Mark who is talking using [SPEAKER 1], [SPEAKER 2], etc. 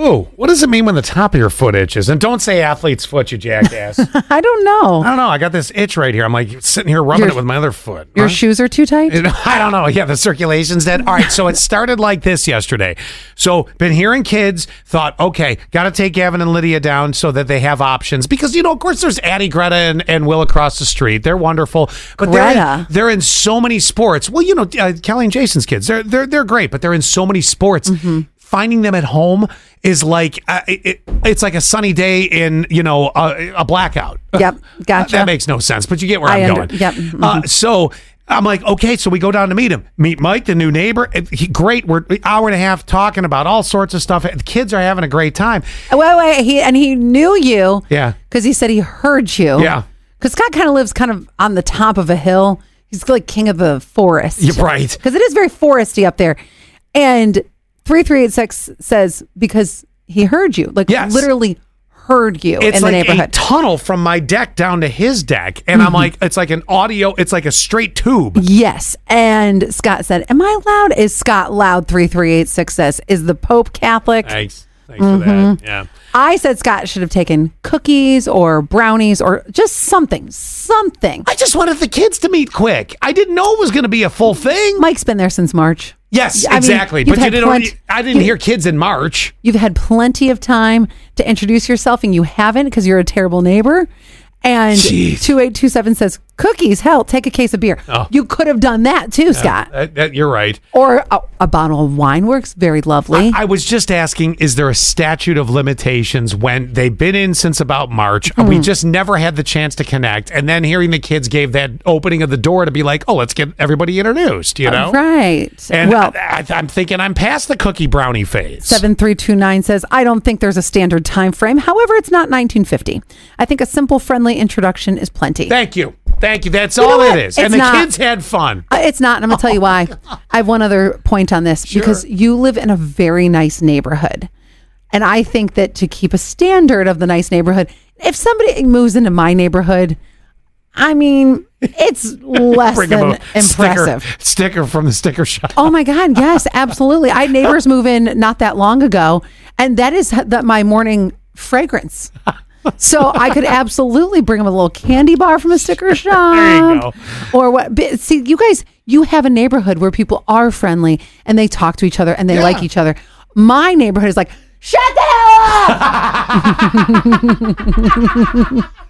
[SPEAKER 1] does it mean when the top of your foot itches? And don't say athlete's foot, you jackass. I
[SPEAKER 2] I don't know.
[SPEAKER 1] don't know. I got this itch right here. I'm like sitting here rubbing
[SPEAKER 2] Your-
[SPEAKER 1] it with my other foot.
[SPEAKER 2] Your
[SPEAKER 1] Huh?
[SPEAKER 2] shoes are too tight.
[SPEAKER 1] It- I don't know. Yeah, the circulation's dead. All right, so it started like this yesterday. So been hearing kids thought, okay, got to take Gavin and Lydia down so that they have options because you know, of course, there's Addie, Greta, and, and Will across the street. They're wonderful, but they're in,
[SPEAKER 2] Greta.
[SPEAKER 1] they're in so many sports. Well, you know, uh, Kelly and Jason's kids, they're they're they're great, but they're in so many sports. Finding them at home is like uh, it, it- it's like a sunny day in you know a, a blackout.
[SPEAKER 2] Yep, gotcha.
[SPEAKER 1] that makes no sense, but you get where
[SPEAKER 2] I
[SPEAKER 1] I'm
[SPEAKER 2] under-
[SPEAKER 1] going.
[SPEAKER 2] yep, mm-hmm.
[SPEAKER 1] Uh, so I'm like, okay, so we go down to meet him, meet Mike, the new neighbor. It- he- great, we're an hour and a half talking about all sorts of stuff. The kids are having a great time.
[SPEAKER 2] Wait, wait. He and he knew you.
[SPEAKER 1] Yeah.
[SPEAKER 2] Because he said he heard you.
[SPEAKER 1] Yeah.
[SPEAKER 2] Because Scott kind of lives kind of on the top of a hill. He's like king of the forest.
[SPEAKER 1] You're right.
[SPEAKER 2] Because it is very foresty up there. And three three eight six says because he heard you, like
[SPEAKER 1] Yes.
[SPEAKER 2] literally heard you
[SPEAKER 1] It's
[SPEAKER 2] in
[SPEAKER 1] like
[SPEAKER 2] the
[SPEAKER 1] a
[SPEAKER 2] neighborhood. Mm-hmm.
[SPEAKER 1] tunnel from my deck down to his deck, and I'm like, it's like an audio, it's like a straight tube.
[SPEAKER 2] Yes. And Scott said, Am I loud? Is Scott loud? 3386 says, Is the Pope Catholic? I,
[SPEAKER 1] Thanks, thanks
[SPEAKER 2] Mm-hmm.
[SPEAKER 1] for that. Yeah.
[SPEAKER 2] said Scott should have taken cookies or brownies or just something, something.
[SPEAKER 1] I just wanted the kids to meet quick. I didn't know it was going to be a full thing.
[SPEAKER 2] Mike's been there since March.
[SPEAKER 1] Yes,
[SPEAKER 2] I mean,
[SPEAKER 1] exactly.
[SPEAKER 2] you've
[SPEAKER 1] but you
[SPEAKER 2] had
[SPEAKER 1] didn't.
[SPEAKER 2] plenty-
[SPEAKER 1] I didn't
[SPEAKER 2] you-
[SPEAKER 1] hear kids in March.
[SPEAKER 2] You've had plenty of time to introduce yourself and you haven't because you're a terrible neighbor. And
[SPEAKER 1] Jeez.
[SPEAKER 2] 2827 says, Cookies, hell, take a case of beer.
[SPEAKER 1] Oh.
[SPEAKER 2] You could have done that too, Scott.
[SPEAKER 1] Uh, that- you're right.
[SPEAKER 2] or a, a bottle of wine works very lovely.
[SPEAKER 1] I was just asking, is there a statute of limitations when they've been in since about March?
[SPEAKER 2] Hmm.
[SPEAKER 1] We just never had the chance to connect. And then hearing the kids gave that opening of the door to be like, oh, let's get everybody introduced, you know?
[SPEAKER 2] Uh, Right.
[SPEAKER 1] And
[SPEAKER 2] well,
[SPEAKER 1] I, I, am thinking I'm past the cookie brownie phase.
[SPEAKER 2] 7329 says i don't think there's a standard time frame however it's not 1950 i think a simple friendly introduction is plenty
[SPEAKER 1] Thank you. Thank you. That's
[SPEAKER 2] know
[SPEAKER 1] all
[SPEAKER 2] what?
[SPEAKER 1] it is. and
[SPEAKER 2] It's
[SPEAKER 1] the
[SPEAKER 2] not-
[SPEAKER 1] kids had fun.
[SPEAKER 2] Uh, it's not and i'm gonna tell you why i have one other point on this because you live in a very nice neighborhood and i think that to keep a standard of the nice neighborhood if somebody moves into my neighborhood i mean it's less
[SPEAKER 1] Bring 'em
[SPEAKER 2] than
[SPEAKER 1] a
[SPEAKER 2] impressive
[SPEAKER 1] Sticker, sticker from the sticker shop.
[SPEAKER 2] Oh my God! Yes, absolutely. I had neighbors move in not that long ago, and that is h- that my morning fragrance. So I could absolutely bring them a little candy bar from a sticker shop.
[SPEAKER 1] There you go.
[SPEAKER 2] Or what? but See, you guys, you have a neighborhood where people are friendly and they talk to each other and they like each other. My neighborhood is like, shut the hell up.